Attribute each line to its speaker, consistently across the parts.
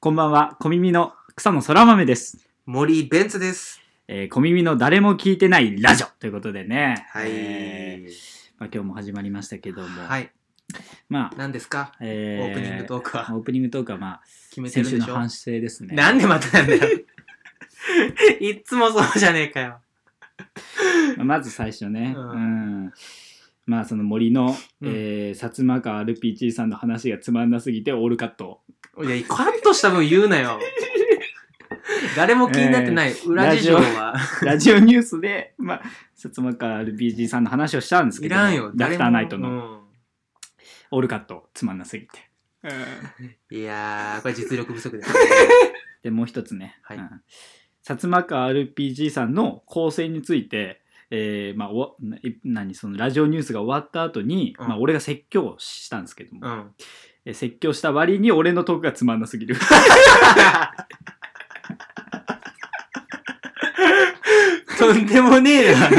Speaker 1: こんばんは、小耳の草野空豆です。
Speaker 2: 森ベンツです。
Speaker 1: えー小耳の誰も聞いてないラジオということでね。
Speaker 2: はい。
Speaker 1: えーまあ、今日も始まりましたけども。
Speaker 2: はい。
Speaker 1: まあ、
Speaker 2: 何ですか
Speaker 1: え
Speaker 2: オープニングトークは
Speaker 1: オープニングトークはま
Speaker 2: 決
Speaker 1: あ、
Speaker 2: め
Speaker 1: 先
Speaker 2: てる
Speaker 1: 週
Speaker 2: で
Speaker 1: の
Speaker 2: しょ
Speaker 1: 反省ですね。
Speaker 2: なんでまたなんだ よ。いっつもそうじゃねえかよ。
Speaker 1: まあまず最初ね。う。
Speaker 2: うん
Speaker 1: まあ、その森の、
Speaker 2: うん
Speaker 1: えー、薩摩川 RPG さんの話がつまんなすぎてオールカット。
Speaker 2: いや、カットした分言うなよ。誰も気になってない。裏事情は。
Speaker 1: ラジオニュースで、まあ、薩摩川 RPG さんの話をしたんですけ
Speaker 2: い
Speaker 1: ど
Speaker 2: らんよ。
Speaker 1: ダクターナイトの、
Speaker 2: の。
Speaker 1: オールカットつまんなすぎて。
Speaker 2: うんいやー、これ実力不足です。
Speaker 1: でもう一つね、
Speaker 2: はい
Speaker 1: うん薩摩川 RPG さんの構成について、えーまあ、おない何そのラジオニュースが終わった後に、
Speaker 2: うん
Speaker 1: まあ、俺が説教したんですけども、
Speaker 2: うん。
Speaker 1: え説教した割に俺のトークがつまんなすぎる
Speaker 2: とんでもねえ な。
Speaker 1: うん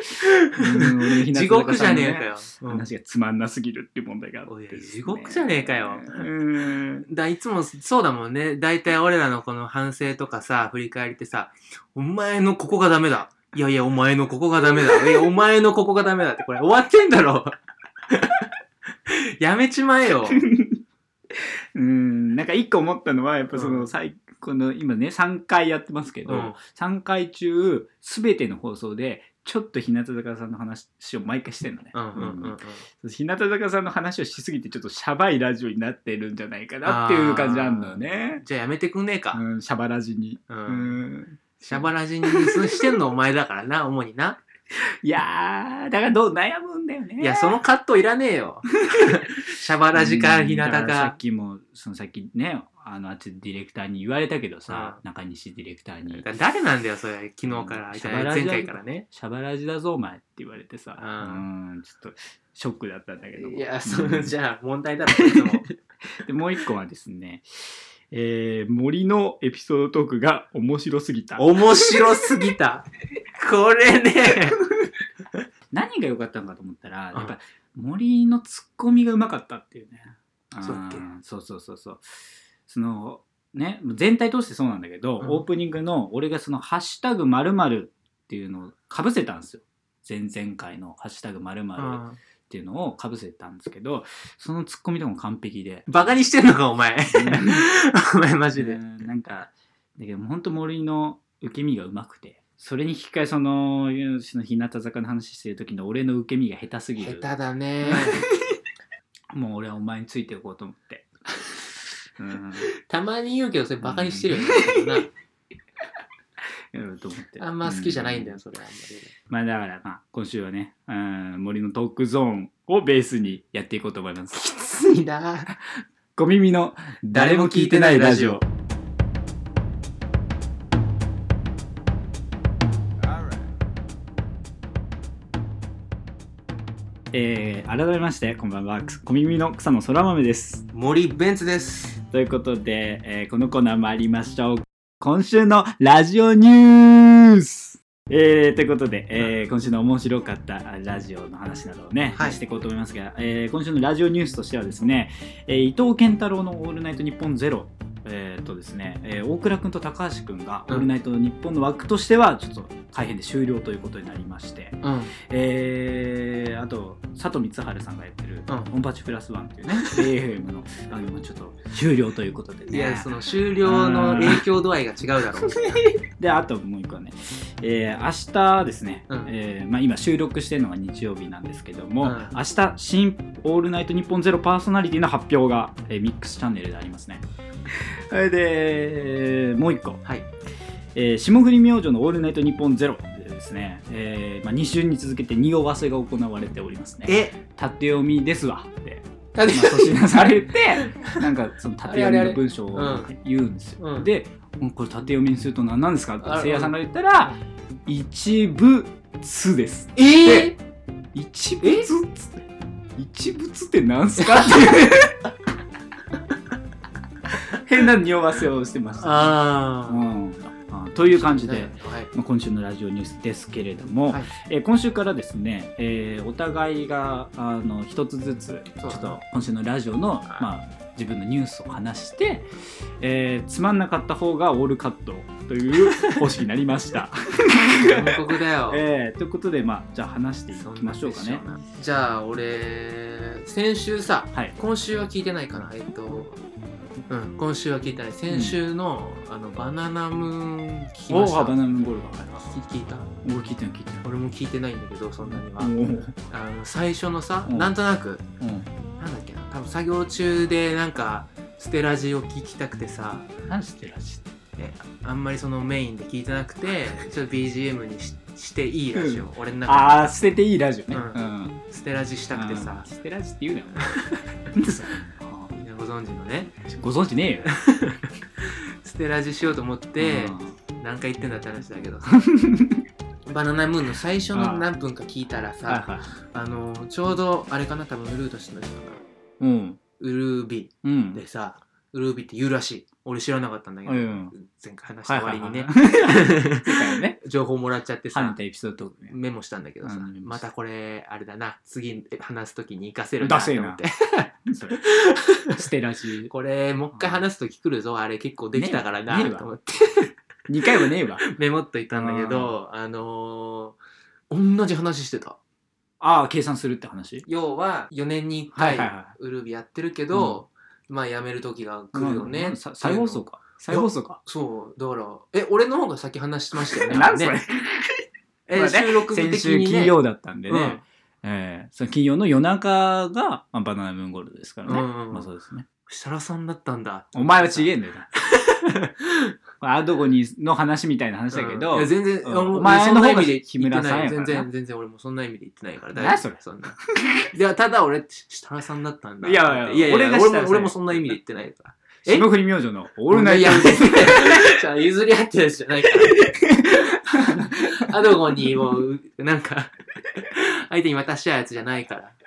Speaker 1: 俺の日向
Speaker 2: 地
Speaker 1: 坂
Speaker 2: 獄じ
Speaker 1: さ
Speaker 2: ゃ
Speaker 1: んの
Speaker 2: ね
Speaker 1: ね
Speaker 2: えかよ。うん
Speaker 1: 話がつまんなすぎるっていう問題があって、
Speaker 2: おい地獄じゃねえかよ
Speaker 1: うん
Speaker 2: だいつもそうだもんね。だいたい俺らのこの反省とかさ、振り返りってさ、お前のここがダメだ。いやいや、お前のここがダメだ。いや、お前のここがダメだって、これ終わってんだろ。 やめちまえ よ。
Speaker 1: うんなんか一個思ったのはやっぱその、
Speaker 2: うん
Speaker 1: 最この今ね3回やってますけど、
Speaker 2: うん
Speaker 1: 3回中全ての放送でちょっと日向坂さんの話を毎回してるのね、
Speaker 2: うんうんうんうん。
Speaker 1: 日向坂さんの話をしすぎてちょっとシャバいラジオになってるんじゃないかなっていう感じあんのよね、
Speaker 2: じゃあやめてくんねえか。
Speaker 1: うん、シャバラジに、
Speaker 2: う。
Speaker 1: うんん、
Speaker 2: シャバラジにしてんのお前だからな、主にな。
Speaker 1: いやーだからどう悩むんだよね
Speaker 2: いや、そのカットいらねえ よ。シャバラジか、日向
Speaker 1: うんだらさ
Speaker 2: か
Speaker 1: っ。きもそのさっきねあのあっちディレクターに言われたけどさ、
Speaker 2: う
Speaker 1: 中西ディレクターに
Speaker 2: 誰なんだよ、それ。昨日から。
Speaker 1: シャバラジ
Speaker 2: 前回からね。
Speaker 1: シャバラジだぞお前って言われてさ、
Speaker 2: う
Speaker 1: うんちょっとショックだったんだけども
Speaker 2: いや、そ
Speaker 1: うん
Speaker 2: うじゃあ問題だろ、いつも。
Speaker 1: でもう一個はですね、えー森のエピソードトークが面白すぎた
Speaker 2: 面白すぎた。これね。
Speaker 1: 何が良かったのかと思ったら、
Speaker 2: うん
Speaker 1: やっぱ森のツッコミがうまかったっていうね
Speaker 2: そうだっけ
Speaker 1: うんそうそうそうそうそのね全体通してそうなんだけど、
Speaker 2: うん
Speaker 1: オープニングの俺がその「ハッシュタグまるっていうのをかぶせたんですよ前々回の「ハッシュタグまるっていうのをかぶせたんですけどそのツッコミとかも完璧で
Speaker 2: バカにしてんのか、お 前。お前マジ
Speaker 1: う
Speaker 2: で。
Speaker 1: んなんかだけど本当森の受け身がうまくてそれに引き換えそのその日向坂の話してる時の俺の受け身が下手すぎ
Speaker 2: 下
Speaker 1: る
Speaker 2: 手だ ね。
Speaker 1: もう俺はお前についていこうと思 って。うん、
Speaker 2: たまに言うけど、それバカにしてるよね。
Speaker 1: やろうと思って。
Speaker 2: あんま好きじゃないんだよ、
Speaker 1: う
Speaker 2: それ。あんまり
Speaker 1: まあだから、まあ、今週はね、うん、森のトークゾーンをベースにやっていこうと思います。
Speaker 2: きついな。
Speaker 1: 小耳の誰も聞いてないラジオ。えー、改めましてこんばんはくす小耳の草野空豆です
Speaker 2: 森ベンツです。
Speaker 1: ということで、えーこのコーナー参りましょう今週のラジオニュースえー、ということで、えー今週の面白かったあラジオの話などをね、
Speaker 2: はい
Speaker 1: していこうと思いますが、えー今週のラジオニュースとしてはですね、えー伊藤健太郎の「オールナイトニッポンゼロえーとですね、えー大倉君と高橋君が「オールナイトニッポン」の枠としてはちょっと改編で終了ということになりまして、
Speaker 2: うん。
Speaker 1: えーあと佐藤光晴さんがやってる
Speaker 2: うん
Speaker 1: 「オンパチプラスワン」っていうね AFM の 番組もちょっと終了ということで
Speaker 2: い
Speaker 1: ね
Speaker 2: や、その終了の影響度合いが違うだろう。
Speaker 1: であともう一個はね、えー明日ですね、
Speaker 2: うん
Speaker 1: えーまあ、今収録してるのが日曜日なんですけども、
Speaker 2: うん
Speaker 1: 明日新「オールナイトニッポンゼロパーソナリティの発表が、えーミックスチャンネルであります ねそれで、えーもう一個、
Speaker 2: はい。
Speaker 1: えー霜降り明星の「オールナイトニッポンゼロでですね、えーまあ、2週に続けて二を合わせが行われておりますね
Speaker 2: え、
Speaker 1: 縦読みですわって、
Speaker 2: た
Speaker 1: まあ、粗品され てなんかその縦読みの文章
Speaker 2: あれあ
Speaker 1: を
Speaker 2: れ
Speaker 1: 言うんですよ。
Speaker 2: うん
Speaker 1: でうんこれ縦読みにすると何なんですか
Speaker 2: あ
Speaker 1: ってせいやさんが言ったら「一部つ」です。
Speaker 2: え
Speaker 1: 一部つ一部つって何すかっていう 変な匂わせをしてました。う
Speaker 2: あ
Speaker 1: ん、あという感じで。
Speaker 2: ー。はい。
Speaker 1: まあ今週のラジオニュースですけれども、
Speaker 2: はい
Speaker 1: えー今週からですね、えーお互いがあの一つずつちょ
Speaker 2: そ
Speaker 1: っ
Speaker 2: う
Speaker 1: と今週のラジオの、まあ、自分のニュースを話して、えーつまんなかった方がオールカットという 方式になりました。
Speaker 2: 韓国だよ。
Speaker 1: えーということで、まあ、じゃあ話してい
Speaker 2: そんな
Speaker 1: きましょうかね
Speaker 2: セッ。ションな。じゃあ俺先週さ、
Speaker 1: はい
Speaker 2: 今週は聞いてないかなえっと。うん、今週は聞いてない先週の,、あのバナナムーン聞き
Speaker 1: お
Speaker 2: ま
Speaker 1: お
Speaker 2: し
Speaker 1: ー、
Speaker 2: た
Speaker 1: あバナナムーンゴールド。はい
Speaker 2: 聞聞いた
Speaker 1: 俺聞いてない、聞いて
Speaker 2: 俺も聞いてないんだけどそんなには、
Speaker 1: ない。おー
Speaker 2: あの最初のさ、
Speaker 1: うん
Speaker 2: なんとなく
Speaker 1: うん
Speaker 2: なんだっけな多分作業中でなんかステラジを聞きたくてさ
Speaker 1: 何してるらしい
Speaker 2: あんまりそのメインで聞いてなくてちょっと BGM にししていいラジオ、俺の中
Speaker 1: ああ捨てていいラジオね、
Speaker 2: うん
Speaker 1: ん
Speaker 2: でステラジしたくてさ
Speaker 1: うん、捨てラジって 言うなよなんでそれ
Speaker 2: みんなご存知のね
Speaker 1: ご存知ねえよ
Speaker 2: ステラジしようと思って、何回言ってんだって話だ けどバナナムーンの最初の何分か聞いたら
Speaker 1: うんはい
Speaker 2: さ
Speaker 1: はい
Speaker 2: あのちょうどあれかな多分ウルー年の人かな
Speaker 1: うん
Speaker 2: ウルービ
Speaker 1: う
Speaker 2: ー
Speaker 1: ん
Speaker 2: でさウルービーって言うらしい俺知らなかったんだけど、
Speaker 1: うん
Speaker 2: 前回話した割にね、
Speaker 1: はいは世界をね
Speaker 2: 情報もらっちゃってさ
Speaker 1: 跳ねたエピソードトークね
Speaker 2: メモしたんだけどさ、
Speaker 1: うんメモした
Speaker 2: またこれあれだな次話す時に活かせるなと思って
Speaker 1: それ捨てラジ
Speaker 2: これもう一回話す時来るぞあれ結構できたからな
Speaker 1: ねえわ
Speaker 2: と思って
Speaker 1: 2回はねえわ
Speaker 2: メモっといたんだけどあのー同じ話してた
Speaker 1: ああ計算するって話
Speaker 2: 要は4年に1
Speaker 1: は
Speaker 2: 回
Speaker 1: いはいは
Speaker 2: ウルビやってるけど、まあ辞める時が来るよね、
Speaker 1: うんさ再放送か再放送か
Speaker 2: そうだからえ俺の方が先話してまし たよね
Speaker 1: なんそれ
Speaker 2: ねえ
Speaker 1: まあね
Speaker 2: 収録
Speaker 1: 先
Speaker 2: 的
Speaker 1: 週
Speaker 2: にね
Speaker 1: 金曜だったんで
Speaker 2: う
Speaker 1: ね
Speaker 2: ん、
Speaker 1: えーその金曜の夜中が、まあ、バナナムーンゴールドですからね、
Speaker 2: うんうん
Speaker 1: まあそうですね
Speaker 2: 設楽さんだったんだ
Speaker 1: お前はちげえんだ よな。これアドゴニの話みたいな話だけど、
Speaker 2: うんいや全然、
Speaker 1: うん
Speaker 2: あの
Speaker 1: お前
Speaker 2: そんな意
Speaker 1: の方が
Speaker 2: 味で
Speaker 1: 木村さんやからな
Speaker 2: 言ってない全然、全然俺もそんな意味で言ってないから、
Speaker 1: 何それ
Speaker 2: そ んな。いや、ただ俺、設楽さんだったんだ。
Speaker 1: いやいや
Speaker 2: いやいや、
Speaker 1: 俺が設楽
Speaker 2: 俺
Speaker 1: さ
Speaker 2: も、
Speaker 1: ん
Speaker 2: 俺もそんな意味で言ってないから。え
Speaker 1: 霜降り明星のオールナイ
Speaker 2: い
Speaker 1: ト
Speaker 2: や、じゃあ譲り合ってるやつじゃないから。アドゴにもう、なんか、相手に渡したやつじゃないから。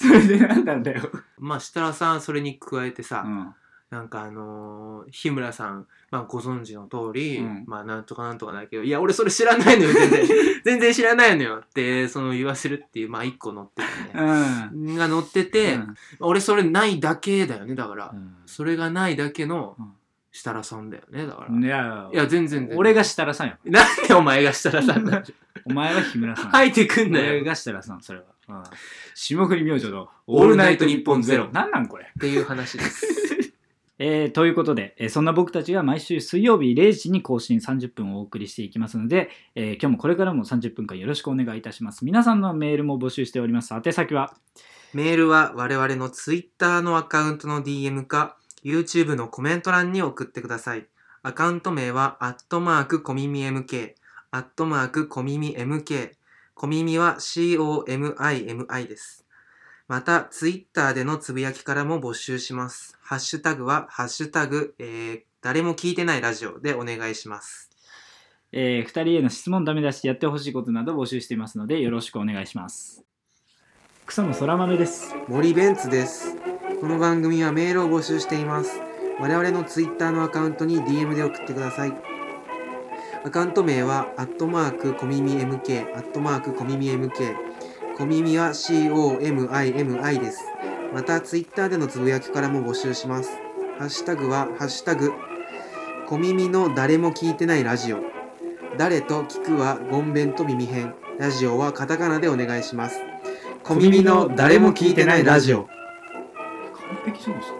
Speaker 1: それでなんなんだよ。
Speaker 2: まあ、設楽さん、それに加えてさ、
Speaker 1: うん
Speaker 2: なんかあのー日村さん、まあ、ご存知の通り、
Speaker 1: うん
Speaker 2: まあなんとかなんとかだけどいや俺それ知らないのよ全然全然知らないのよってその言わせるっていうまあ一個乗ってて
Speaker 1: う
Speaker 2: ね、
Speaker 1: ん。
Speaker 2: が乗ってて、
Speaker 1: うん
Speaker 2: 俺それないだけだよねだから、
Speaker 1: う
Speaker 2: それがないだけの
Speaker 1: うん
Speaker 2: 設楽さんだよねだから、
Speaker 1: ん
Speaker 2: い
Speaker 1: いや、
Speaker 2: や全然全然
Speaker 1: 俺が設楽さんや。
Speaker 2: なんで お前が設楽さんなんだ
Speaker 1: お前は日村さん。
Speaker 2: 入ってくんな
Speaker 1: 俺
Speaker 2: よ
Speaker 1: が設楽さん、それは。うん霜降り明星のオールナイトニッポンゼロ。なんなんこれ。
Speaker 2: っていう話です
Speaker 1: えーということで、えーそんな僕たちが毎週水曜日0時に更新30分をお送りしていきますので、えー今日もこれからも30分間よろしくお願いいたします。皆さんのメールも募集しております。宛先は
Speaker 2: メールは我々の Twitter のアカウントの DM か YouTube のコメント欄に送ってください。アカウント名は、アットマークコミミ MK、アットマークコミミ MK、コミミは COMIMI です。また、Twitter でのつぶやきからも募集します。ハッシュタグは、ハッシュタグ、えー誰も聞いてないラジオでお願いします。
Speaker 1: え2人への質問ダメ出しやってほしいことなど募集していますのでよろしくお願いします草野空豆です
Speaker 2: 森ベンツです。この番組はメールを募集しています。我々の Twitter のアカウントに DM で送ってください。アカウント名は、アットマークコミミ MK、アットマークコミミ MK。コミミは COMIMI です。また、Twitter でのつぶやきからも募集します。ハッシュタグは、ハッシュタグ、コミミの誰も聞いてないラジオ。誰と聞くは、ゴンベンと耳編。ラジオはカタカナでお願いします。コミミの誰も聞いてないラジオ。
Speaker 1: 完璧じゃないですか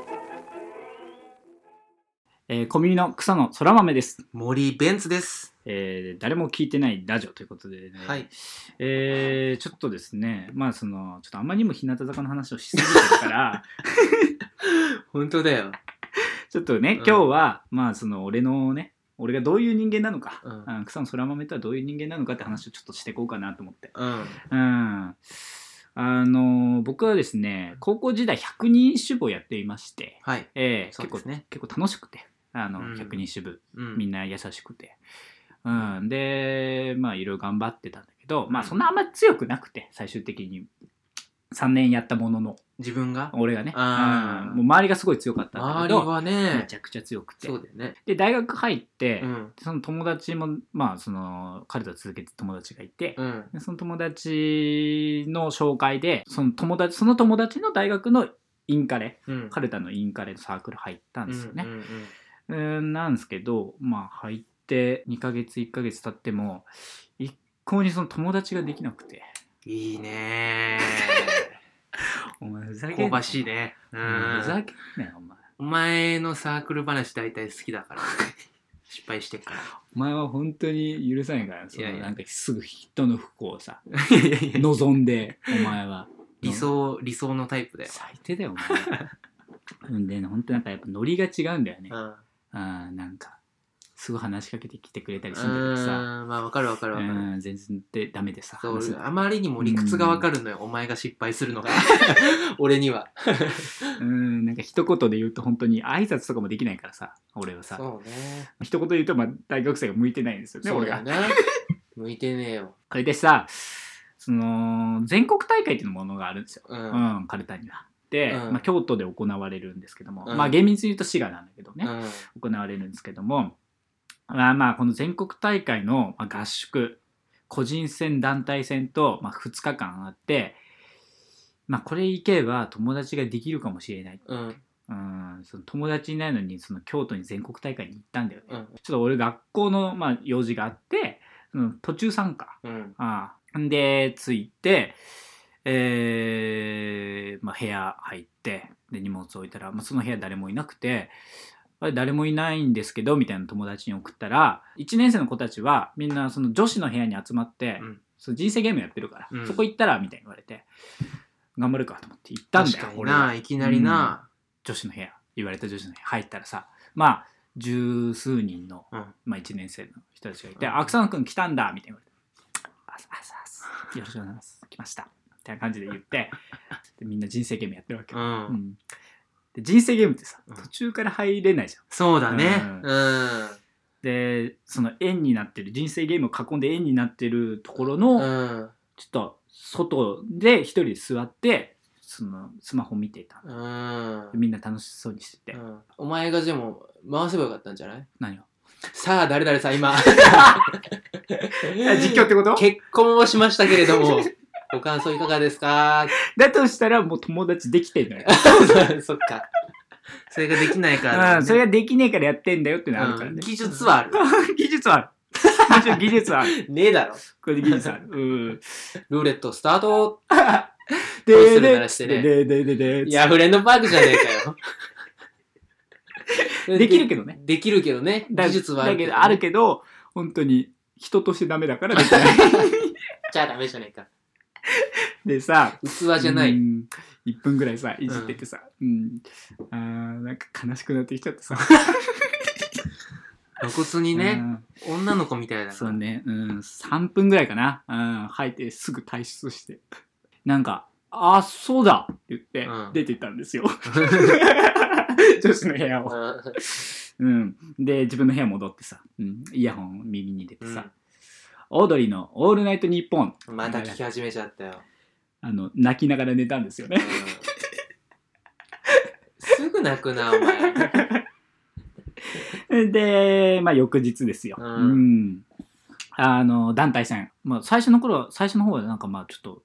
Speaker 1: えー、コミュニの草野空豆です、
Speaker 2: 森ベンツです。
Speaker 1: えー誰も聞いてないラジオということでね、
Speaker 2: はい。
Speaker 1: えーちょっとですねまあそのちょっとあまりにも日向坂の話をしすぎてるから
Speaker 2: 本当だよ。
Speaker 1: ちょっとね
Speaker 2: うん
Speaker 1: 今日は、まあその俺のね俺がどういう人間なのか、
Speaker 2: うん
Speaker 1: うん、草野空豆とはどういう人間なのかって話をちょっとしていこうかなと思って
Speaker 2: うん。
Speaker 1: うんあの僕はですね高校時代百人一首部をやっていまして、
Speaker 2: はい。
Speaker 1: ええ
Speaker 2: そう
Speaker 1: 結構
Speaker 2: ですね
Speaker 1: 結構楽しくてあの、
Speaker 2: うん
Speaker 1: 百人一首部
Speaker 2: うん。
Speaker 1: みん
Speaker 2: な。
Speaker 1: な優しくて、うん、でまあいろいろ頑張ってたんだけど、まあ
Speaker 2: うん
Speaker 1: そんなあんまり強くなくて最終的に3年やったものの
Speaker 2: 自分が
Speaker 1: 俺がね、
Speaker 2: あー
Speaker 1: うんもう周りがすごい強かったんだ
Speaker 2: 周
Speaker 1: け
Speaker 2: り
Speaker 1: ど
Speaker 2: は
Speaker 1: め
Speaker 2: ね
Speaker 1: ち、ゃくちゃ強くて
Speaker 2: そうだよね。
Speaker 1: で大学入って、
Speaker 2: うん。
Speaker 1: その友達もまあその彼とは続けて友達がいて、
Speaker 2: うん。
Speaker 1: でその友達の紹介でその友達その友達の大学のインカレ
Speaker 2: うん
Speaker 1: カルタのインカレのサークル入ったんですよね、
Speaker 2: うんうんうん
Speaker 1: うんなんですけどまあ入って2ヶ月1ヶ月経っても一向にその友達ができなくて
Speaker 2: い いね
Speaker 1: 「お前ふざ
Speaker 2: ー
Speaker 1: けんな
Speaker 2: 香ばしいねう
Speaker 1: うん
Speaker 2: ん
Speaker 1: ふざけんなよお前
Speaker 2: お前のサークル話大体好き だからね失敗してっから
Speaker 1: お前は本当に許さないからその
Speaker 2: いやいや
Speaker 1: なんかすぐ人の不幸をさ
Speaker 2: いやいやいや
Speaker 1: 望んでお前は
Speaker 2: 理想理想のタイプだよ、
Speaker 1: 最低だよお前うん でね本当なんかやっぱノリが違うんだよね
Speaker 2: うん、
Speaker 1: あーなんかすごい話しかけてきてくれたりするんだけどさ
Speaker 2: うんまあわかるわかるわ
Speaker 1: う
Speaker 2: かる、
Speaker 1: ん全然でダメでさ
Speaker 2: そう
Speaker 1: 話せ
Speaker 2: 俺あまりにも理屈がわかるのよ、お前が失敗するのが 俺には
Speaker 1: うんなんか一言で言うと本当に挨拶とかもできないからさ俺はさ
Speaker 2: うね
Speaker 1: 一言で言うとまあ大学生が向いてないんですよね
Speaker 2: そう
Speaker 1: 俺
Speaker 2: だ
Speaker 1: が
Speaker 2: よ。ね 向いてねえよ、
Speaker 1: それでさその全国大会っていうものがあるんですよ、う
Speaker 2: う
Speaker 1: ん
Speaker 2: うん
Speaker 1: ん、カルタには。で、
Speaker 2: うん
Speaker 1: まあ、京都で行われるんですけども、
Speaker 2: うん
Speaker 1: まあ厳密に言うと滋賀なんだけどね、行われるんですけどもまあまあこの全国大会のまあ合宿個人戦団体戦とまあ2日間あってまあこれ行けば友達ができるかもしれない
Speaker 2: うん
Speaker 1: うんその友達いないのにその京都に全国大会に行ったんだよね、
Speaker 2: うん
Speaker 1: ちょっと俺学校のまあ用事があってその途中参加
Speaker 2: うん
Speaker 1: ああんで着いてえーまあ、部屋入ってで荷物置いたら、まあ、その部屋誰もいなくてあれ誰もいないんですけどみたいな友達に送ったら1年生の子たちはみんなその女子の部屋に集まって、
Speaker 2: うん
Speaker 1: その人生ゲームやってるから、
Speaker 2: うん
Speaker 1: そこ行ったらみたいに言われて頑張るかと思って行ったんだよ
Speaker 2: 確かに
Speaker 1: 俺は
Speaker 2: ないきなりな、
Speaker 1: 女子の部屋言われた女子の部屋入ったらさまあ十数人の、
Speaker 2: うん
Speaker 1: まあ、1年生の人たちがいて「
Speaker 2: うん
Speaker 1: あ草野くん来たんだ」みたいな言われて「あさあさあさよろしくお願いします来ました」みたいな感じで言っ てでみんな人生ゲームやってるわけ
Speaker 2: う
Speaker 1: よ、
Speaker 2: ん
Speaker 1: うんで人生ゲームってさ
Speaker 2: うん
Speaker 1: 途中から入れないじゃん
Speaker 2: そうだね
Speaker 1: う
Speaker 2: うん
Speaker 1: でその円になってる人生ゲームを囲んで円になってるところの、
Speaker 2: うん
Speaker 1: ちょっと外で一人で座ってそのスマホ見ていたの
Speaker 2: うん
Speaker 1: でみんな楽しそうにしてて、
Speaker 2: うんお前がでも回せばよかったんじゃない
Speaker 1: 何を
Speaker 2: さあ誰々さ ん今
Speaker 1: 実況ってこと
Speaker 2: 結婚をしましたけれどもご感想いかがですか
Speaker 1: だとしたらもう友達できてん だよ。
Speaker 2: そっかそれができないか
Speaker 1: う
Speaker 2: ら
Speaker 1: ん、それができねえからやってんだよってのあるから
Speaker 2: うん
Speaker 1: ね。
Speaker 2: 技術はある
Speaker 1: 技術はある。もちろん技術はある。
Speaker 2: ねえだろ
Speaker 1: これで技術ある。うん。
Speaker 2: ルーレットスタートホイッ
Speaker 1: で
Speaker 2: スル鳴
Speaker 1: で
Speaker 2: らしてね
Speaker 1: でででで
Speaker 2: いやフレンドパークじゃねえか よ
Speaker 1: できるけどね
Speaker 2: できるけどね
Speaker 1: だ
Speaker 2: 技術はあ
Speaker 1: だ
Speaker 2: る
Speaker 1: け
Speaker 2: けど,、
Speaker 1: ど、あるけど、本当に人としてダメだからでき ない。
Speaker 2: じゃあダメじゃねえか
Speaker 1: でさ、
Speaker 2: 器じゃな
Speaker 1: う
Speaker 2: い
Speaker 1: ん1分ぐらいさ、いじっててさ、うん。あーなんか悲しくなってきちゃってさ。
Speaker 2: 露骨に
Speaker 1: う
Speaker 2: ね、
Speaker 1: ん
Speaker 2: 女の子みたいだ
Speaker 1: そ
Speaker 2: な
Speaker 1: うね、うん、3分ぐらいかな。うん、吐いてすぐ退出して。なんか、あ、そうだって言って
Speaker 2: うん
Speaker 1: 出てったんですよ。 女子の部屋を。
Speaker 2: うん
Speaker 1: うん。で、自分の部屋戻ってさ、うん、イヤホン耳に入れてさ、
Speaker 2: うん
Speaker 1: オードリーのオールナイトニッポン、
Speaker 2: また聞き始めちゃったよ。
Speaker 1: あの、泣きながら寝たんですよ
Speaker 2: うん
Speaker 1: ね。
Speaker 2: すぐ泣くな、お 前。
Speaker 1: で、まあ翌日ですよ。
Speaker 2: う
Speaker 1: うんん。あの、団体戦。まあ最初の頃は、最初の方はなんかまあちょっと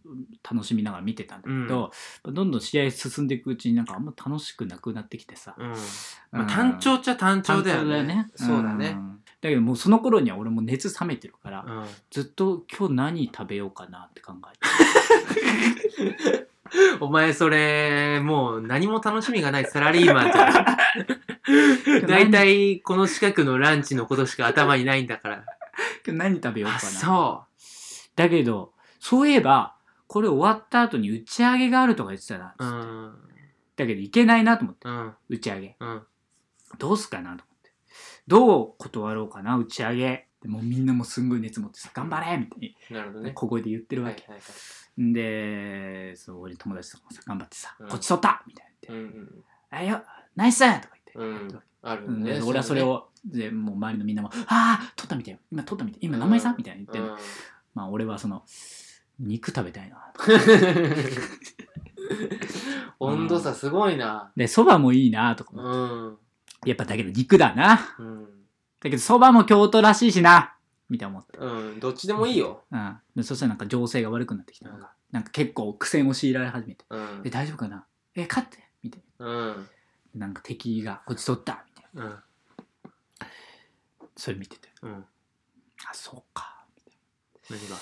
Speaker 1: 楽しみながら見てたんだけど、どんどん試合進んでいくうちになんかあんま楽しくなくなってきてさ。
Speaker 2: うん
Speaker 1: うん
Speaker 2: まあ、単調っちゃ単調だよね。
Speaker 1: 単
Speaker 2: そうだ
Speaker 1: う
Speaker 2: ね。
Speaker 1: んだけどもうその頃には俺も熱冷めてるから、
Speaker 2: うん
Speaker 1: ずっと今日何食べようかなって考えて
Speaker 2: お前それ、もう何も楽しみがないサラリーマンじ ゃん。だいたいこの近くのランチのことしか頭にないんだから。
Speaker 1: 今日何食べようかな。
Speaker 2: あ、そ
Speaker 1: だけど、そういえば、これ終わった後に打ち上げがあるとか言ってたな。
Speaker 2: う。うん。
Speaker 1: だけど行けないなと思って、
Speaker 2: うん。
Speaker 1: 打ち上げ。
Speaker 2: うん。
Speaker 1: どうすっかなと思って。どう断ろうかな、打ち上げ。でもうみんなもうすんごい熱持ってさ、頑張れみたい
Speaker 2: なるほど
Speaker 1: に
Speaker 2: ね。
Speaker 1: 小声で言ってる
Speaker 2: は
Speaker 1: わ
Speaker 2: い
Speaker 1: け。
Speaker 2: はいはい。
Speaker 1: んで、そう、俺友達とかもさ、頑張ってさ、
Speaker 2: うん
Speaker 1: こっち取ったみたいな
Speaker 2: う
Speaker 1: 言って、
Speaker 2: ん
Speaker 1: あよ、ナイスとか
Speaker 2: う
Speaker 1: 言ってやっ
Speaker 2: ん。う
Speaker 1: て
Speaker 2: ん
Speaker 1: る。
Speaker 2: ある
Speaker 1: わけ。うん
Speaker 2: ね。
Speaker 1: で俺はそれ
Speaker 2: ね、
Speaker 1: を、でもう周りのみんなも、ああ、取ったみたいよ。今取ったみたい。今名前さんみたいな言ってる。
Speaker 2: うん
Speaker 1: まあ俺はその、肉食べたいな。
Speaker 2: 温度差すごいな。
Speaker 1: で、蕎麦もいいなとか
Speaker 2: う
Speaker 1: 思って
Speaker 2: ん。
Speaker 1: やっぱだけど肉だな。だ
Speaker 2: うん。
Speaker 1: けど蕎麦も京都らしいしな。みたいな思って。
Speaker 2: うん。どっちでもいいよ。
Speaker 1: うん。でそしたらなんか情勢が悪くなってきたのが、なんか結構苦戦を強いられ始めて。
Speaker 2: うん
Speaker 1: え、。大丈夫かなえ、勝ってみたい
Speaker 2: うん。
Speaker 1: なんか敵が落ちとったみたい
Speaker 2: うん。
Speaker 1: なそれ見てて
Speaker 2: うん。
Speaker 1: あそうか
Speaker 2: 何が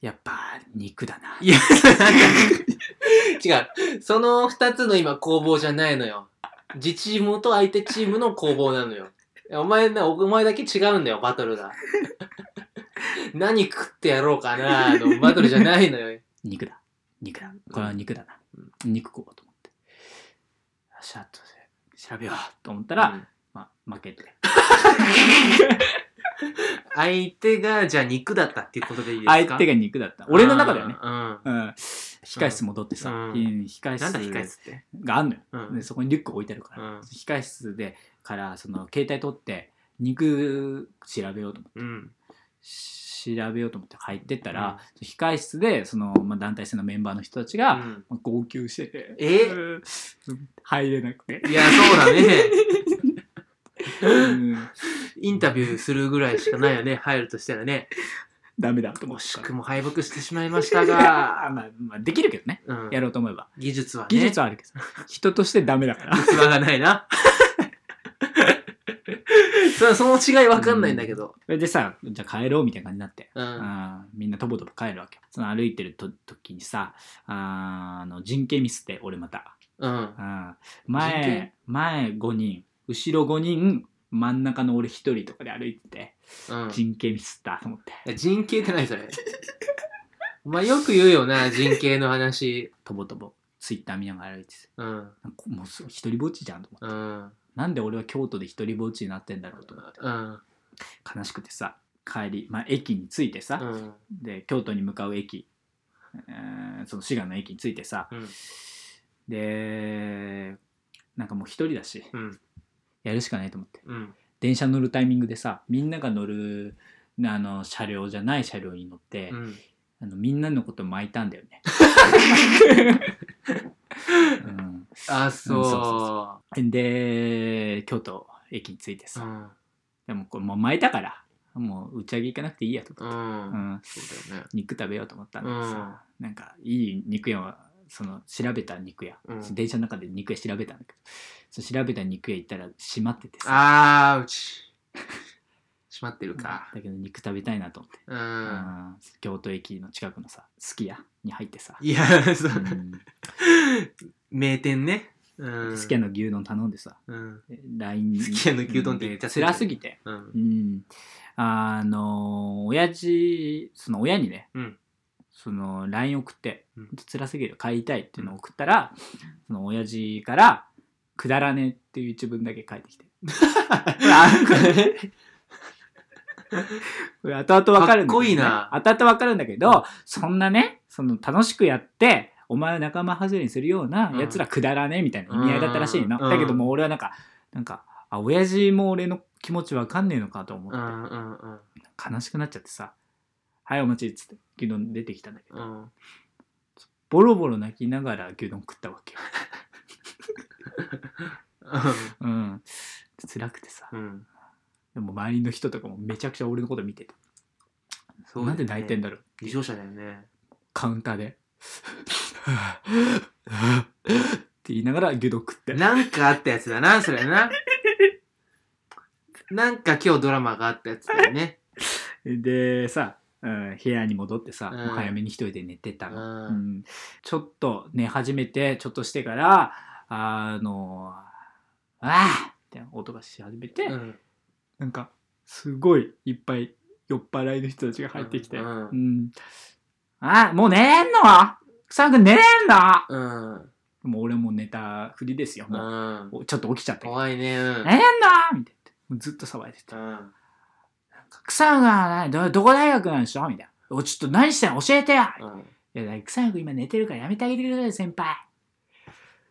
Speaker 1: やっぱ肉だない
Speaker 2: や、なんか、 違う。その二つの今攻防じゃないのよ。自チームと相手チームの攻防なのよ。いやお前な、お前だけ違うんだよ、バトルが。 何食ってやろうかな、のバトルじゃないのよ。
Speaker 1: 肉だ肉だこれは肉だな、肉食おうと思ってよしあとで調べようと思ったら、
Speaker 2: うん
Speaker 1: まあ、負け て
Speaker 2: 相手が、じゃあ肉だったっていうことでいいですか
Speaker 1: 相手が肉だった俺の中ではね
Speaker 2: うん。うん
Speaker 1: うん控室戻ってさ、
Speaker 2: うん
Speaker 1: うん控
Speaker 2: なんだ、控
Speaker 1: 室
Speaker 2: 室って。
Speaker 1: があんのよ、
Speaker 2: うん
Speaker 1: でそこにリュック置いてあるから、
Speaker 2: うん
Speaker 1: 控室でからその携帯取って肉調べようと思って
Speaker 2: うん。
Speaker 1: し調べようと思って入ってったら、控室でその、まあ、団体戦のメンバーの人たちが、
Speaker 2: うん
Speaker 1: まあ号泣してて、
Speaker 2: え
Speaker 1: うん入れなくて、
Speaker 2: いや、そうだね。
Speaker 1: うん
Speaker 2: インタビューするぐらいしかないよね、入るとしたらね。
Speaker 1: ダメだと思っ
Speaker 2: 惜
Speaker 1: て
Speaker 2: したくも敗北してしまいました
Speaker 1: あ
Speaker 2: が
Speaker 1: ー、まあまあ、できるけどね
Speaker 2: うん
Speaker 1: やろうと思えば、
Speaker 2: 技術はね。
Speaker 1: 技術
Speaker 2: は。
Speaker 1: はあるけど人としてダメだから
Speaker 2: 器がないな。 そその違いわかんないんだけど。
Speaker 1: それでさじゃあ帰ろうみたいな感じになって、
Speaker 2: うん。
Speaker 1: あーみんなとぼとぼ帰るわけよその歩いてると時にさあーあの人形ミスって俺また
Speaker 2: うん。
Speaker 1: あー
Speaker 2: 人
Speaker 1: 前
Speaker 2: 権
Speaker 1: 前5人後ろ5人真ん中の俺1人とかで歩いてて
Speaker 2: うん。
Speaker 1: 人形ミスったと思って
Speaker 2: 人形って何それ。お前よく言うよな、人形の話。
Speaker 1: とぼとぼツイッター見ながら歩いてて
Speaker 2: うん。
Speaker 1: なんかもうすごい一人ぼっちじゃんと思って
Speaker 2: うん。
Speaker 1: なんで俺は京都で一人ぼっちになってんだろうと思って
Speaker 2: うん。
Speaker 1: 悲しくてさ帰り、まあ、駅に着いてさ、
Speaker 2: うん。
Speaker 1: で京都に向かう駅、えーその滋賀の駅に着いてさ、
Speaker 2: うん。
Speaker 1: でなんかもう一人だし
Speaker 2: うん。
Speaker 1: やるしかないと思って
Speaker 2: うん。
Speaker 1: 電車乗るタイミングでさみんなが乗るあの車両じゃない車両に乗って、
Speaker 2: うん。
Speaker 1: あのみんなのこと巻いたんだよね、
Speaker 2: あ、
Speaker 1: うんそうそう
Speaker 2: そ
Speaker 1: うん、で京都駅に着いて
Speaker 2: う。う
Speaker 1: さ、
Speaker 2: ん。
Speaker 1: でもこれもう巻いたからもう打ち上げ行かなくていいやと
Speaker 2: う。
Speaker 1: 思って、うんん
Speaker 2: そうだよね。
Speaker 1: 肉食べようと思ったんだけどさ、なんかいい肉屋はその調べた肉屋、
Speaker 2: うん
Speaker 1: 電車の中で肉屋調べたんだけどその調べた肉屋行ったら閉まっててさ
Speaker 2: あー、う ち。閉まってるか。
Speaker 1: だけど肉食べたいなと思って、
Speaker 2: うん。
Speaker 1: あー京都駅の近くのさすき家に入ってさ、
Speaker 2: いや、そううん名店ね。うん。
Speaker 1: すき家の牛丼頼んでさ
Speaker 2: うん。
Speaker 1: え LINE に
Speaker 2: すき家の牛丼って言っちゃってる
Speaker 1: 辛すぎて
Speaker 2: うん。
Speaker 1: うんあの親父その親にね、
Speaker 2: うん
Speaker 1: その LINE 送って、
Speaker 2: うん
Speaker 1: ほんと辛すぎる帰りたいっていうのを送ったら、その親父から「くだらねえ」っていう一文だけ返 ってきてこれ後々わかるんだけど、
Speaker 2: かっこいいな
Speaker 1: 後々わかるんだけど、そんなね、その楽しくやって、お前を仲間外れにするような
Speaker 2: うん
Speaker 1: やつらくだらねえみたいな意味合いだったらしいの。
Speaker 2: うん
Speaker 1: だけどもう俺はなんか、なんか、あ、親父も俺の気持ちわかんねえのかと思っ
Speaker 2: う
Speaker 1: て、
Speaker 2: んうんうん
Speaker 1: 悲しくなっちゃってさ、はいお待ちっつって牛丼出てきたんだけど、
Speaker 2: うん
Speaker 1: ボロボロ泣きながら牛丼食ったわ けよ。うん。辛くてさ、
Speaker 2: うん
Speaker 1: でも周りの人とかもめちゃくちゃ俺のこと見てて、なんで泣いてん
Speaker 2: だ
Speaker 1: だろう
Speaker 2: 偽証者だよね
Speaker 1: カウンターで「って言いながら牛丼食って
Speaker 2: なんかあったやつだなそれななんか今日ドラマがあったやつだよね
Speaker 1: でさ、うん、部屋に戻ってさ、
Speaker 2: うん
Speaker 1: もう早めに一人で寝てたの、
Speaker 2: う
Speaker 1: うんんちょっと寝始めてちょっとしてからあの「あーって音がし始めて、
Speaker 2: うん
Speaker 1: なんかすごいいっぱい酔っ払いの人たちが入ってきて「う
Speaker 2: うんん
Speaker 1: あもう寝れんの草くん寝れんの?
Speaker 2: うん」
Speaker 1: もう俺もう寝たふりですよ
Speaker 2: う
Speaker 1: も
Speaker 2: ん
Speaker 1: うちょっと起きちゃったけど
Speaker 2: 怖いねうん
Speaker 1: ええんだみたいな。もうずっと騒いで
Speaker 2: う
Speaker 1: た。
Speaker 2: ん
Speaker 1: 草野が何どどこ大学なんでしょみたいな。おちょっと何してんの教えてよ、
Speaker 2: うん
Speaker 1: いや草野くん今寝てるからやめてあげてください、先輩。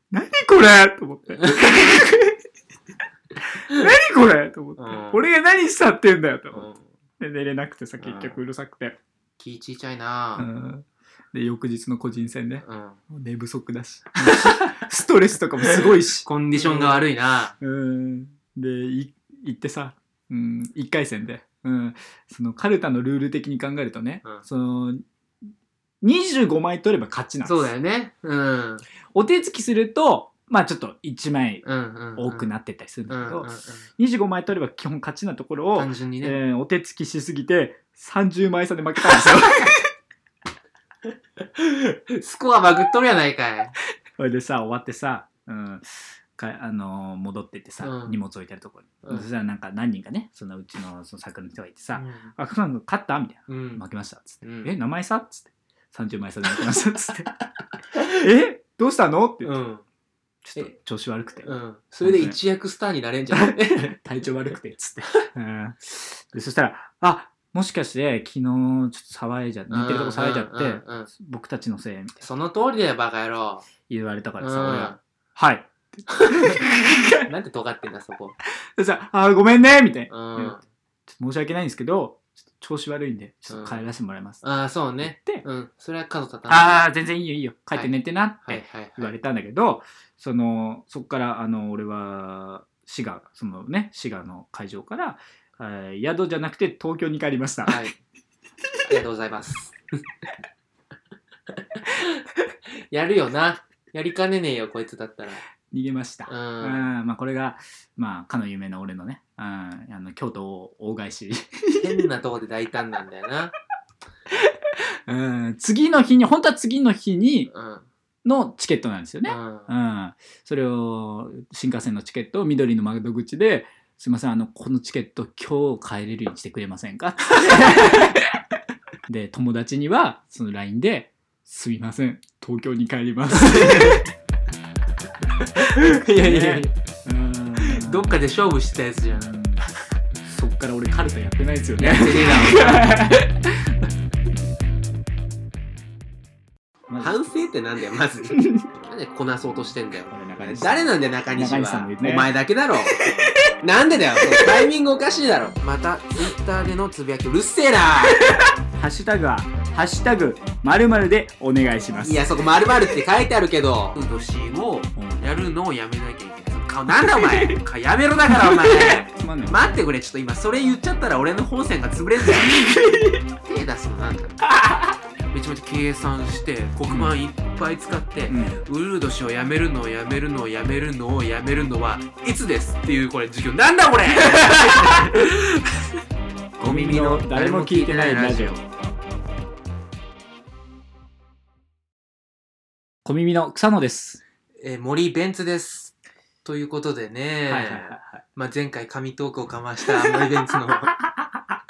Speaker 1: 何これと思 って。何これと思って。
Speaker 2: うん
Speaker 1: 俺が何したってんだよと
Speaker 2: う
Speaker 1: 思っ
Speaker 2: ん
Speaker 1: て。で寝れなくてさ、結局うるさくて。
Speaker 2: 気ちいちゃいうなん
Speaker 1: で、翌日の個人戦ね。
Speaker 2: うん
Speaker 1: もう寝不足だし。 ストレスとかもすごいし。
Speaker 2: コンディションが悪いな
Speaker 1: うんでい行ってさ、うん、1回戦で、うん、そのカルタのルール的に考えるとね、
Speaker 2: うん
Speaker 1: その25枚取れば勝ちなんです
Speaker 2: そうだよねうん
Speaker 1: お手つきするとまあちょっと1枚
Speaker 2: うんうんうん
Speaker 1: 多くなってったりするん
Speaker 2: うん
Speaker 1: だけ
Speaker 2: うんう
Speaker 1: ど
Speaker 2: ん、
Speaker 1: 25枚取れば基本勝ちなところを、
Speaker 2: 単純に
Speaker 1: え
Speaker 2: ね、
Speaker 1: ーお手つきしすぎて30枚差で負けたん ですよ。
Speaker 2: スコアバグっとるやないかい
Speaker 1: それでさ終わってさ、うんかあのー戻ってってさ、
Speaker 2: うん
Speaker 1: 荷物置いてあるところに、
Speaker 2: うん
Speaker 1: そしたらなんか何人かねそのうちのその作の人がいてさ
Speaker 2: うん
Speaker 1: 「あフランク勝った?」みたい
Speaker 2: うん
Speaker 1: な「負けました」っつって
Speaker 2: う
Speaker 1: 「
Speaker 2: ん
Speaker 1: え名前さ?」っつって「30枚差で負けました」っ つって「えどうしたの?」って言っ
Speaker 2: う
Speaker 1: て、
Speaker 2: ん
Speaker 1: ちょっと調子悪くて、
Speaker 2: うんそれで一躍スターになれんじゃない
Speaker 1: 体調悪くてっつって、 うん、でそしたら「あもしかして昨日ちょっと騒いじゃ似てるとこ騒いじゃって、
Speaker 2: うんうんうんうん
Speaker 1: 僕たちのせい」みたいな
Speaker 2: その通りだよバカ野郎
Speaker 1: 言われたからさ、俺が
Speaker 2: う
Speaker 1: 「はい」
Speaker 2: んなんで尖ってんだそこ
Speaker 1: でさ、あーごめんねみたいな。
Speaker 2: うん
Speaker 1: ちょっと申し訳ないんですけど、ちょっと調子悪いんで、ちょっと帰らせてもらいます。
Speaker 2: ああそうね
Speaker 1: で、
Speaker 2: うんそれは角立たない
Speaker 1: ああ、全然いいよいいよ、帰って寝てなっ
Speaker 2: はい
Speaker 1: て
Speaker 2: はい
Speaker 1: 言
Speaker 2: は
Speaker 1: わ
Speaker 2: い
Speaker 1: れたんだけど、その、そこから、あの、俺は、滋賀、そのね、滋賀の会場から、えー宿じゃなくて東京に帰りました。
Speaker 2: はいありがとうございます やるよなやりかねねえよこいつだったら
Speaker 1: 逃げました。う
Speaker 2: うん
Speaker 1: ん、まあこれが、まあ、かの有名な俺のね、うん、あの京都を大返し。
Speaker 2: 変なとこで大胆なんだよな
Speaker 1: うん、次の日に、本当は次の日に
Speaker 2: うん
Speaker 1: のチケットなんですよね。
Speaker 2: う
Speaker 1: うんん、それを新幹線のチケットを緑の窓口で「すいませんあのこのチケット今日帰れるようにしてくれませんか?」 で友達にはその LINE で「すみません東京に帰ります
Speaker 2: いやいやいや」
Speaker 1: うん
Speaker 2: どっかで勝負してたやつじゃん
Speaker 1: うんそっから俺カルタやってないですよね
Speaker 2: やって ねえだろ
Speaker 1: まず
Speaker 2: 反省ってなんだよま ずなんでこなそうとしてんだよ
Speaker 1: これ中西さん
Speaker 2: 誰なんだよ中西は
Speaker 1: 中西さんも言うね
Speaker 2: お前だけだろなんでだよそのタイミングおかしいだろまたツイッターでのつぶやきうるせえな
Speaker 1: ハッシュタグは「ハッシュタグまるでお願いします
Speaker 2: いやそこまるまるって書いてあるけどふんどしを
Speaker 1: うん
Speaker 2: やるのをやめなきゃいけないその顔なんだお前顔やめろだからお前
Speaker 1: つまんない
Speaker 2: 待ってくれちょっと今それ言っちゃったら俺の本線が潰れるんだよ 手出すのなんだめちゃめちゃ計算して黒板いっぱい使って、
Speaker 1: うん
Speaker 2: ウルード氏を辞めるのを辞めるのを辞めるのを辞めるのはいつですっていうこれ授業なんだ これ
Speaker 1: お耳の誰も聞いてないラジオ。小耳の草野です。
Speaker 2: えー森ベンツですということで
Speaker 1: は
Speaker 2: ね、
Speaker 1: いはいはい。
Speaker 2: まあ、前回紙トークをかました森ベ ンツの
Speaker 1: あ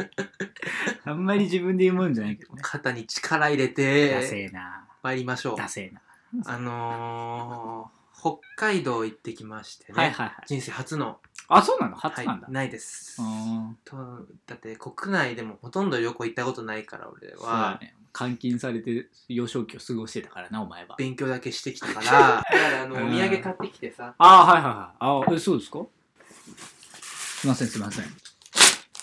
Speaker 1: んまり自分で言うもんじゃないけどね。
Speaker 2: 肩に力入れ
Speaker 1: ダ
Speaker 2: て
Speaker 1: セえな。
Speaker 2: 参りましょう
Speaker 1: ダセえな。
Speaker 2: あのー、北海道行ってきましてね、
Speaker 1: はいはいはい。
Speaker 2: 人生初の
Speaker 1: あ、そうなの初なんだ
Speaker 2: はい、。ないです
Speaker 1: うーん
Speaker 2: とだって国内でもほとんど旅行行ったことないから俺
Speaker 1: そうだ
Speaker 2: は、
Speaker 1: ね。監禁されて幼少期を過ごしてたからな、お前は。
Speaker 2: 勉強だけしてきた からだからあのお土
Speaker 1: うん
Speaker 2: 産買ってきてさ
Speaker 1: あーはいはいはい。あーえそうですかすいませんすいません。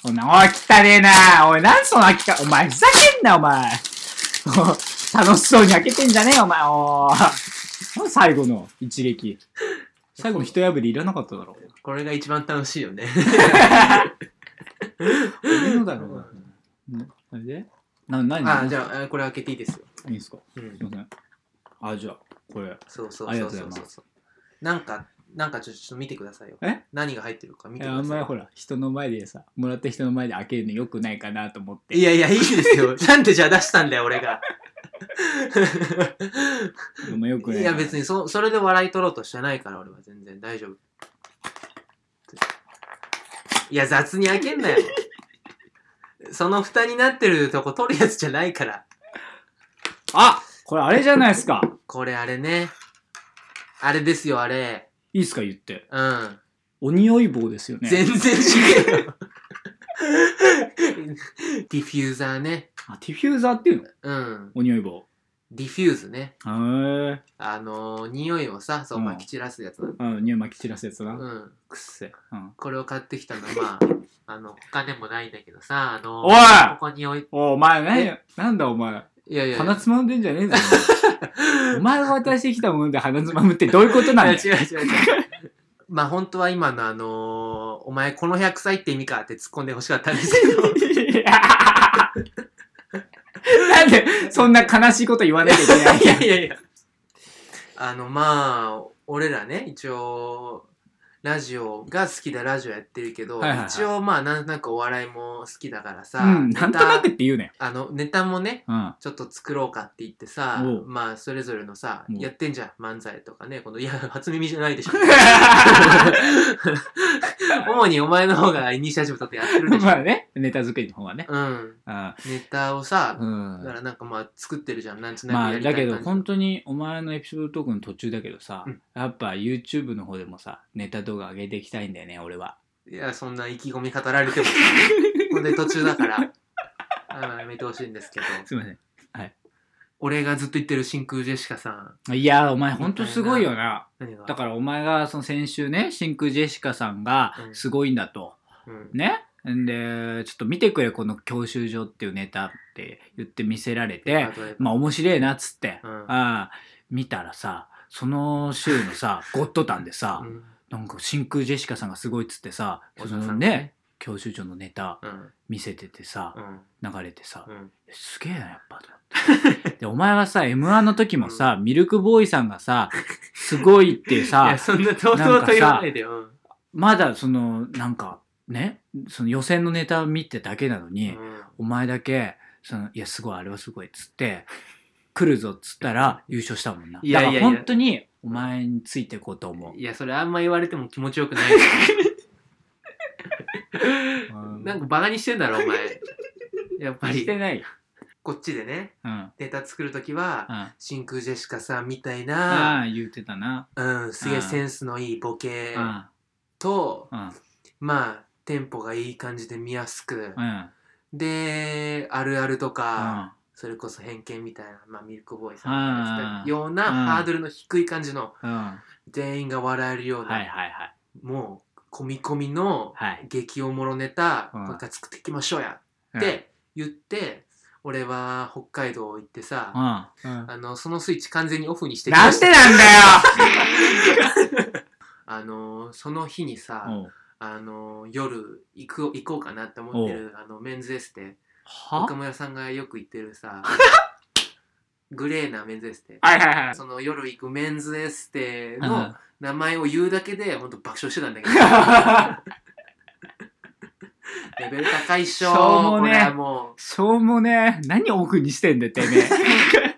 Speaker 1: おいな、おい、汚ねえな。おい、なんでその開きか、お前、ふざけんな、お前。お楽しそうに開けてんじゃねえよ、お前。おーなんで最後の一撃。最後の一破りいらなかっただろ。
Speaker 2: これが一番楽しい よね
Speaker 1: 俺のだろ。うんそれでな、なに
Speaker 2: あじゃああこれ開けていいですよ、
Speaker 1: いいんすかす
Speaker 2: う
Speaker 1: い
Speaker 2: ん、
Speaker 1: ません。あ、じゃあ、これ。
Speaker 2: そうそう
Speaker 1: あり
Speaker 2: そ
Speaker 1: が
Speaker 2: う
Speaker 1: とう
Speaker 2: そ
Speaker 1: ご
Speaker 2: う
Speaker 1: ざい
Speaker 2: そ
Speaker 1: ま
Speaker 2: うなんかなんかちょちょっと見てくださいよ
Speaker 1: え
Speaker 2: 何が入ってるか見
Speaker 1: い
Speaker 2: てく
Speaker 1: やあ
Speaker 2: だ
Speaker 1: んまり
Speaker 2: さ
Speaker 1: ほら、人の前でさ、もらった人の前で開けるのよくないかなと思って。
Speaker 2: いいやいやいいですよなんでじゃあ出したんだよ 俺が
Speaker 1: お前よくない
Speaker 2: い
Speaker 1: かな。
Speaker 2: や別にそそれで笑い取ろうとしてないから俺は全然大丈夫いや雑に開けんなよその蓋になってるとこ取るやつじゃないから
Speaker 1: あこれあれじゃないですか。
Speaker 2: これあれねあれですよあれ
Speaker 1: いいっすか言って。
Speaker 2: うん
Speaker 1: お匂い棒ですよね。
Speaker 2: 全然違うよディフューザーね
Speaker 1: あ、ディフューザーっていうの
Speaker 2: うん
Speaker 1: お匂い棒。
Speaker 2: ディフューズね
Speaker 1: へぇ
Speaker 2: あのー、匂いをさそう
Speaker 1: うん
Speaker 2: まき散らすやつなんだ
Speaker 1: うん、匂い巻き散らすやつだ
Speaker 2: う
Speaker 1: な。
Speaker 2: ん
Speaker 1: くっせ。うん。
Speaker 2: これを買ってきたのはまああの他でもないんだけどさあの
Speaker 1: おい
Speaker 2: ここに置い
Speaker 1: おお前ね、なんだお前。
Speaker 2: いやいやいや
Speaker 1: 鼻つまんでんじゃね えぞ。お前お前が渡してきたもので鼻つまむってどういうことなんだよ。
Speaker 2: いや違う違う違うまあ本当は今のあのーお前この100歳って意味かって突っ込んでほしかったんですけど
Speaker 1: なんでそんな悲しいこと言わなきゃいけない
Speaker 2: いやいやいやあのまあ俺らね一応ラジオが好きだラジオやってるけど、
Speaker 1: はいはいはい
Speaker 2: 一応まあなんとなくお笑いも好きだからさ、
Speaker 1: うん、な
Speaker 2: ネタ
Speaker 1: んとなくって言うね
Speaker 2: あのネタもね
Speaker 1: うん
Speaker 2: ちょっと作ろうかって言ってさ
Speaker 1: おう
Speaker 2: まあそれぞれのさ
Speaker 1: おう
Speaker 2: やってんじゃん漫才とかねこのいや初耳じ ゃないでしょ 主にお前の方がイニシアチブ取ってやってるでしょ、
Speaker 1: まあねネタ作りの方はね
Speaker 2: うん
Speaker 1: あ
Speaker 2: ネタをさ、
Speaker 1: うん
Speaker 2: だからなんかまあ作ってるじゃんなんつうの
Speaker 1: ま
Speaker 2: な
Speaker 1: あ
Speaker 2: くやりた
Speaker 1: だ
Speaker 2: い
Speaker 1: け
Speaker 2: 感じ
Speaker 1: ど本当にお前のエピソードトークの途中だけどさ、
Speaker 2: うん
Speaker 1: やっぱ YouTube の方でもさネタ動画上げていきたいんだよね俺は。
Speaker 2: いや、そんな意気込み語られても、ほんで途中だから、あのやめてほしいんですけど、
Speaker 1: すいません。
Speaker 2: 俺がずっと言ってる真空ジェシカさん、
Speaker 1: いやーお前ほんとすごいよな。
Speaker 2: 何が
Speaker 1: だからお前がその先週ね真空ジェシカさんが
Speaker 2: うん
Speaker 1: すごいんだと。
Speaker 2: うん、
Speaker 1: ね。んでちょっと見てくれこの教習所っていうネタって言って見せられて
Speaker 2: あとね
Speaker 1: まあ面白えなっつって、
Speaker 2: うん
Speaker 1: ああ見たらさその週のさゴッドタンでさ、
Speaker 2: うん
Speaker 1: なんか真空ジェシカさんがすごいっつってさ
Speaker 2: 小
Speaker 1: そ
Speaker 2: 島さ
Speaker 1: の
Speaker 2: ん
Speaker 1: ね、教習所のネタ
Speaker 2: うん、
Speaker 1: 見せててさ
Speaker 2: う、ん、
Speaker 1: 流れてさ、
Speaker 2: うん、
Speaker 1: すげえなやっぱと思 ってでお前はさ m 1の時もさ、ミルクボーイさんがさすごいって
Speaker 2: いや、
Speaker 1: さ
Speaker 2: そんなとうとうと言わないでよ。
Speaker 1: まだそのなんかねその予選のネタを見てだけなの
Speaker 2: う
Speaker 1: に、
Speaker 2: ん
Speaker 1: お前だけそのいやすごいあれはすごいっつって来るぞっつったら優勝したもんない
Speaker 2: やいやいや
Speaker 1: だから本当にお前についていこうと思う
Speaker 2: いや、それあんま言われても気持ちよくない。なんかバカにしてんだろ、お 前。やっぱ
Speaker 1: し
Speaker 2: り、
Speaker 1: てないよ、
Speaker 2: こっちでね、
Speaker 1: うんうん、
Speaker 2: ネタ作るときは、
Speaker 1: あ
Speaker 2: 真空ジェシカさんみたいな、
Speaker 1: あ言ってたな
Speaker 2: うん、すげ
Speaker 1: う
Speaker 2: え
Speaker 1: ん
Speaker 2: センスのいいボケ
Speaker 1: あ
Speaker 2: と、
Speaker 1: あ
Speaker 2: まあテンポがいい感じで見やすく
Speaker 1: うんうん
Speaker 2: であるあるとか、
Speaker 1: あ
Speaker 2: それこそ偏見みたいな、まあ、ミルクボーイさんがやっ
Speaker 1: あ
Speaker 2: てたよう
Speaker 1: うん
Speaker 2: なハードルの低い感じの
Speaker 1: うんは
Speaker 2: 全員が笑えるよう
Speaker 1: い
Speaker 2: な、
Speaker 1: はいはい
Speaker 2: もう込み込みの
Speaker 1: はい
Speaker 2: 激おもろネタ、
Speaker 1: うん
Speaker 2: これから作っていきましょうやって言って、俺は北海道行ってさ、
Speaker 1: うんうん
Speaker 2: あのそのスイッチ完全にオフにしてきま
Speaker 1: なん
Speaker 2: し
Speaker 1: で
Speaker 2: た
Speaker 1: なんだ
Speaker 2: あのその日にさ、
Speaker 1: よ
Speaker 2: あの夜行く行こうかなって思ってるあのメンズエステ岡
Speaker 1: は
Speaker 2: 村さんがよく行ってるさ グレーなメンズエステ
Speaker 1: はいはいはい
Speaker 2: その夜行くメンズエステ
Speaker 1: う
Speaker 2: の
Speaker 1: ん
Speaker 2: 名前を言うだけで本当爆笑してたん だけどレベル高いっしょ
Speaker 1: しょうも
Speaker 2: こ
Speaker 1: ね
Speaker 2: れはも
Speaker 1: しょうもね何オフにしてんだよてめえ
Speaker 2: う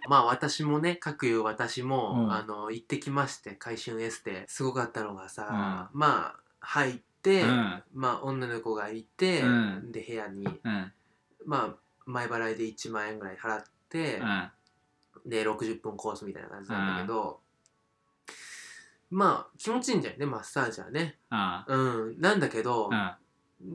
Speaker 2: まあ私もね各言う私
Speaker 1: う
Speaker 2: も、
Speaker 1: ん
Speaker 2: あの行ってきまして回春エステすごかったのがさ、まあ入って、
Speaker 1: うん
Speaker 2: まあ女の子がいて、
Speaker 1: うん
Speaker 2: で部屋に
Speaker 1: うん
Speaker 2: まあ前払いで1万円ぐらい払って、
Speaker 1: うん
Speaker 2: で60分コースみたいな感じなんだけど、まあ気持ちいいんじゃんねマッサージはね
Speaker 1: あ
Speaker 2: うんなんだけど
Speaker 1: あう、ん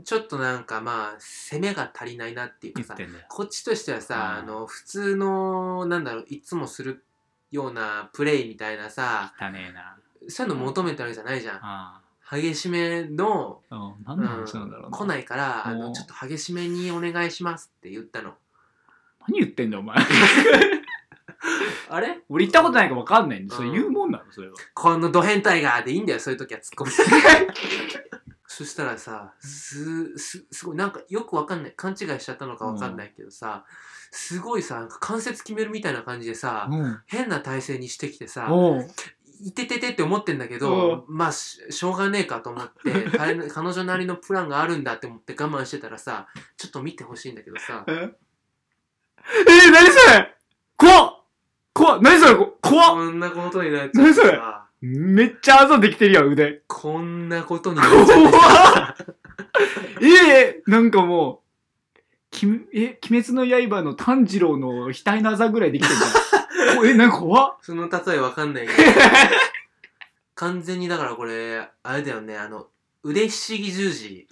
Speaker 2: ちょっとなんかまあ攻めが足りないなっていうか
Speaker 1: 言っ
Speaker 2: さ
Speaker 1: てんだよ
Speaker 2: こっちとしてはさ、
Speaker 1: うん
Speaker 2: あの普通のなんだろういつもするようなプレイみたいなさ
Speaker 1: 汚ねえな
Speaker 2: そういうの求めてるわけじゃないじゃん、
Speaker 1: あ
Speaker 2: 激しめの、
Speaker 1: あうん
Speaker 2: う
Speaker 1: 何
Speaker 2: ん
Speaker 1: の話なんだろうな
Speaker 2: 来ないからあ
Speaker 1: お
Speaker 2: の
Speaker 1: う
Speaker 2: ちょっと激しめにお願いしますって言ったの
Speaker 1: 何言ってんだ よお前
Speaker 2: あれ
Speaker 1: 俺行ったことないから分かんないんで
Speaker 2: うん
Speaker 1: それ言うもんなのそれは
Speaker 2: このド変態がでいいんだよそういう時はツッ コミそしたらさすすすごいなんかよくわかんない勘違いしちゃったのかわかんないけどさ、すごいさなんか関節決めるみたいな感じでさ、
Speaker 1: うん
Speaker 2: 変な体勢にしてきてさ
Speaker 1: おう
Speaker 2: いてててって思ってんだけど、まあししょうがねえかと思って 彼の彼女なりのプランがあるんだって思って我慢してたらさちょっと見てほしいんだけどさ
Speaker 1: ええ何それ怖っ怖っ何それこ怖っ
Speaker 2: こんなことになっちゃって
Speaker 1: 何それ
Speaker 2: さ
Speaker 1: めっちゃあざできてるやん腕
Speaker 2: こんなことになっ
Speaker 1: 怖っ
Speaker 2: ちゃってさ
Speaker 1: ええなんかもうきえ鬼滅の刃の炭治郎の額のあざぐらいできてるじゃん こえなんか怖っ
Speaker 2: その例えわかんないけど完全にだからこれあれだよねあの腕ひしぎ十 字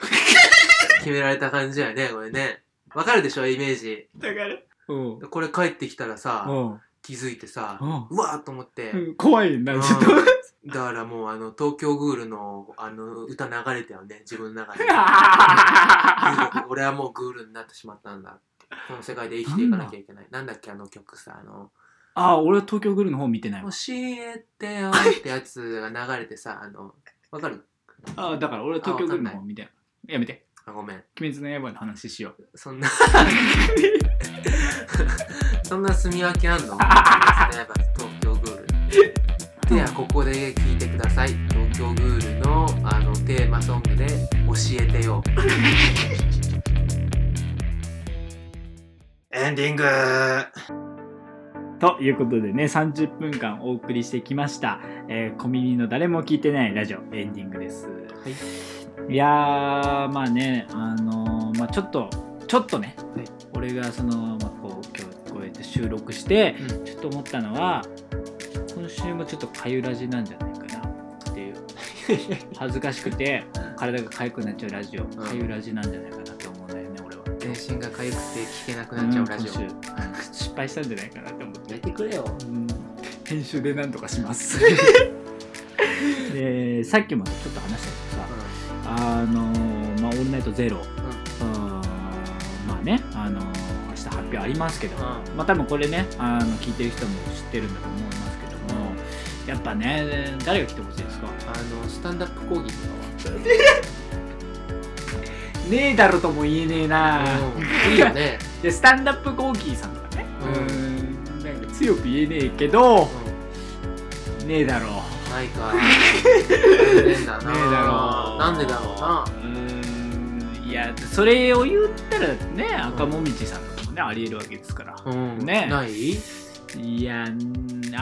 Speaker 2: 決められた感じだよねこれねわかるでしょイメージ
Speaker 1: だからうんうん
Speaker 2: これ帰ってきたらさ
Speaker 1: うん
Speaker 2: 気づいてさうわーっと思って、
Speaker 1: うん怖いなちょっと
Speaker 2: うんだからもうあの東京グールのあの歌流れたよね自分の中で 俺はもうグールになってしまったんだこの世界で生きていかなきゃいけないなんだっけあの曲さあの
Speaker 1: ああ、俺は東京グルの方見てない
Speaker 2: 「教
Speaker 1: わ。
Speaker 2: えてよ」ってやつが流れてさあのわかる
Speaker 1: ああ、だから俺は東京グルの方見てない。やめて。
Speaker 2: あごめん
Speaker 1: 鬼滅の刃の話しよう。
Speaker 2: そんな そんな住み分けあんの東京グールではここで聞いてください東京グールのあのテーマソングで「教えてよ」エンディング
Speaker 1: ということでね、30分間お送りしてきました。えー、小耳の誰も聞いてないラジオ、エンディングです。い、やー、まあね、あのーまあちょっと、ちょっとね、
Speaker 2: はい
Speaker 1: 俺がその、まあ、こう、今日こうやって収録して、
Speaker 2: うん
Speaker 1: ちょっと思ったのは、今週もちょっとかゆラジなんじゃないかなって いう、恥ずかしくて、体がかゆくなっちゃうラジオ、かゆラジなんじゃないかなって思うんだよね、俺は。
Speaker 2: 全身が痒くて聞けなくなっちゃうラジオ
Speaker 1: うん今週うん失敗したんじゃないかなって思って。
Speaker 2: やってくれよ
Speaker 1: うん編集でなんとかします でさっきまでちょっと話したけどさあのーまあ「オールナイトゼロ、うんまあねあのー明日発表ありますけど、
Speaker 2: う
Speaker 1: まあ多分これねあの聞いてる人も知ってるんだと思いますけども、やっぱね誰が来てほしいですかね
Speaker 2: あのスタンダップ講義とかは
Speaker 1: えだろとも言えねえな
Speaker 2: うんいいよ ね、
Speaker 1: でスタンダップコーキーさんとかね
Speaker 2: うん
Speaker 1: うんなんか強く言えねえけど
Speaker 2: う
Speaker 1: ねえだろ
Speaker 2: ん、ないか残念だ
Speaker 1: ね
Speaker 2: な
Speaker 1: えだろう
Speaker 2: なんでだろうな
Speaker 1: うーんいやそれを言ったらね赤もみじさんとかもねありえるわけですから、
Speaker 2: うん
Speaker 1: ね
Speaker 2: ない
Speaker 1: いやうん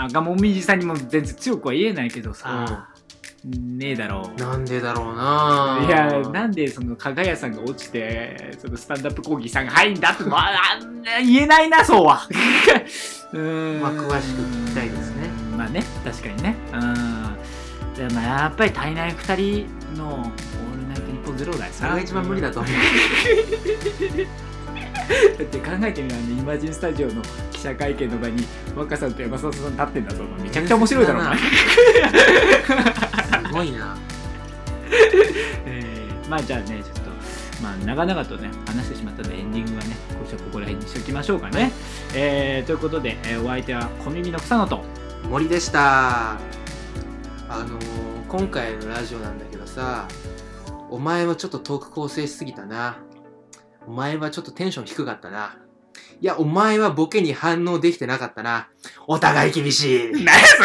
Speaker 1: 赤もみじさんにも全然強くは言えないけどさ、ねえだろう
Speaker 2: なんでだろうない
Speaker 1: やなんでその加賀谷さんが落ちてそのスタンダップコーギーさんが入んだって、まあ、あんな言えないなそうは うーん
Speaker 2: まあ詳しく聞きたいですね
Speaker 1: まあね確かにねうんでまあやっぱり体内2人の「オールナイトニッポンゼロだよ
Speaker 2: それが一番無理だと思う
Speaker 1: だって考えてみたらねイマジンスタジオの記者会見の場に若さんと山里さん立ってんだぞめちゃくちゃ面白いだろうな、
Speaker 2: すごいな
Speaker 1: えーまあじゃあねちょっとまあ長々とね話してしまったのでエンディングはね今週はここら辺にしておきましょうかね、えーということで、えーお相手は小耳の草野と
Speaker 2: 森でしたあのー今回のラジオなんだけどさお前はちょっとトーク構成しすぎたなお前はちょっとテンション低かった ないやお前はボケに反応できてなかったなお互い厳しい
Speaker 1: 何やそ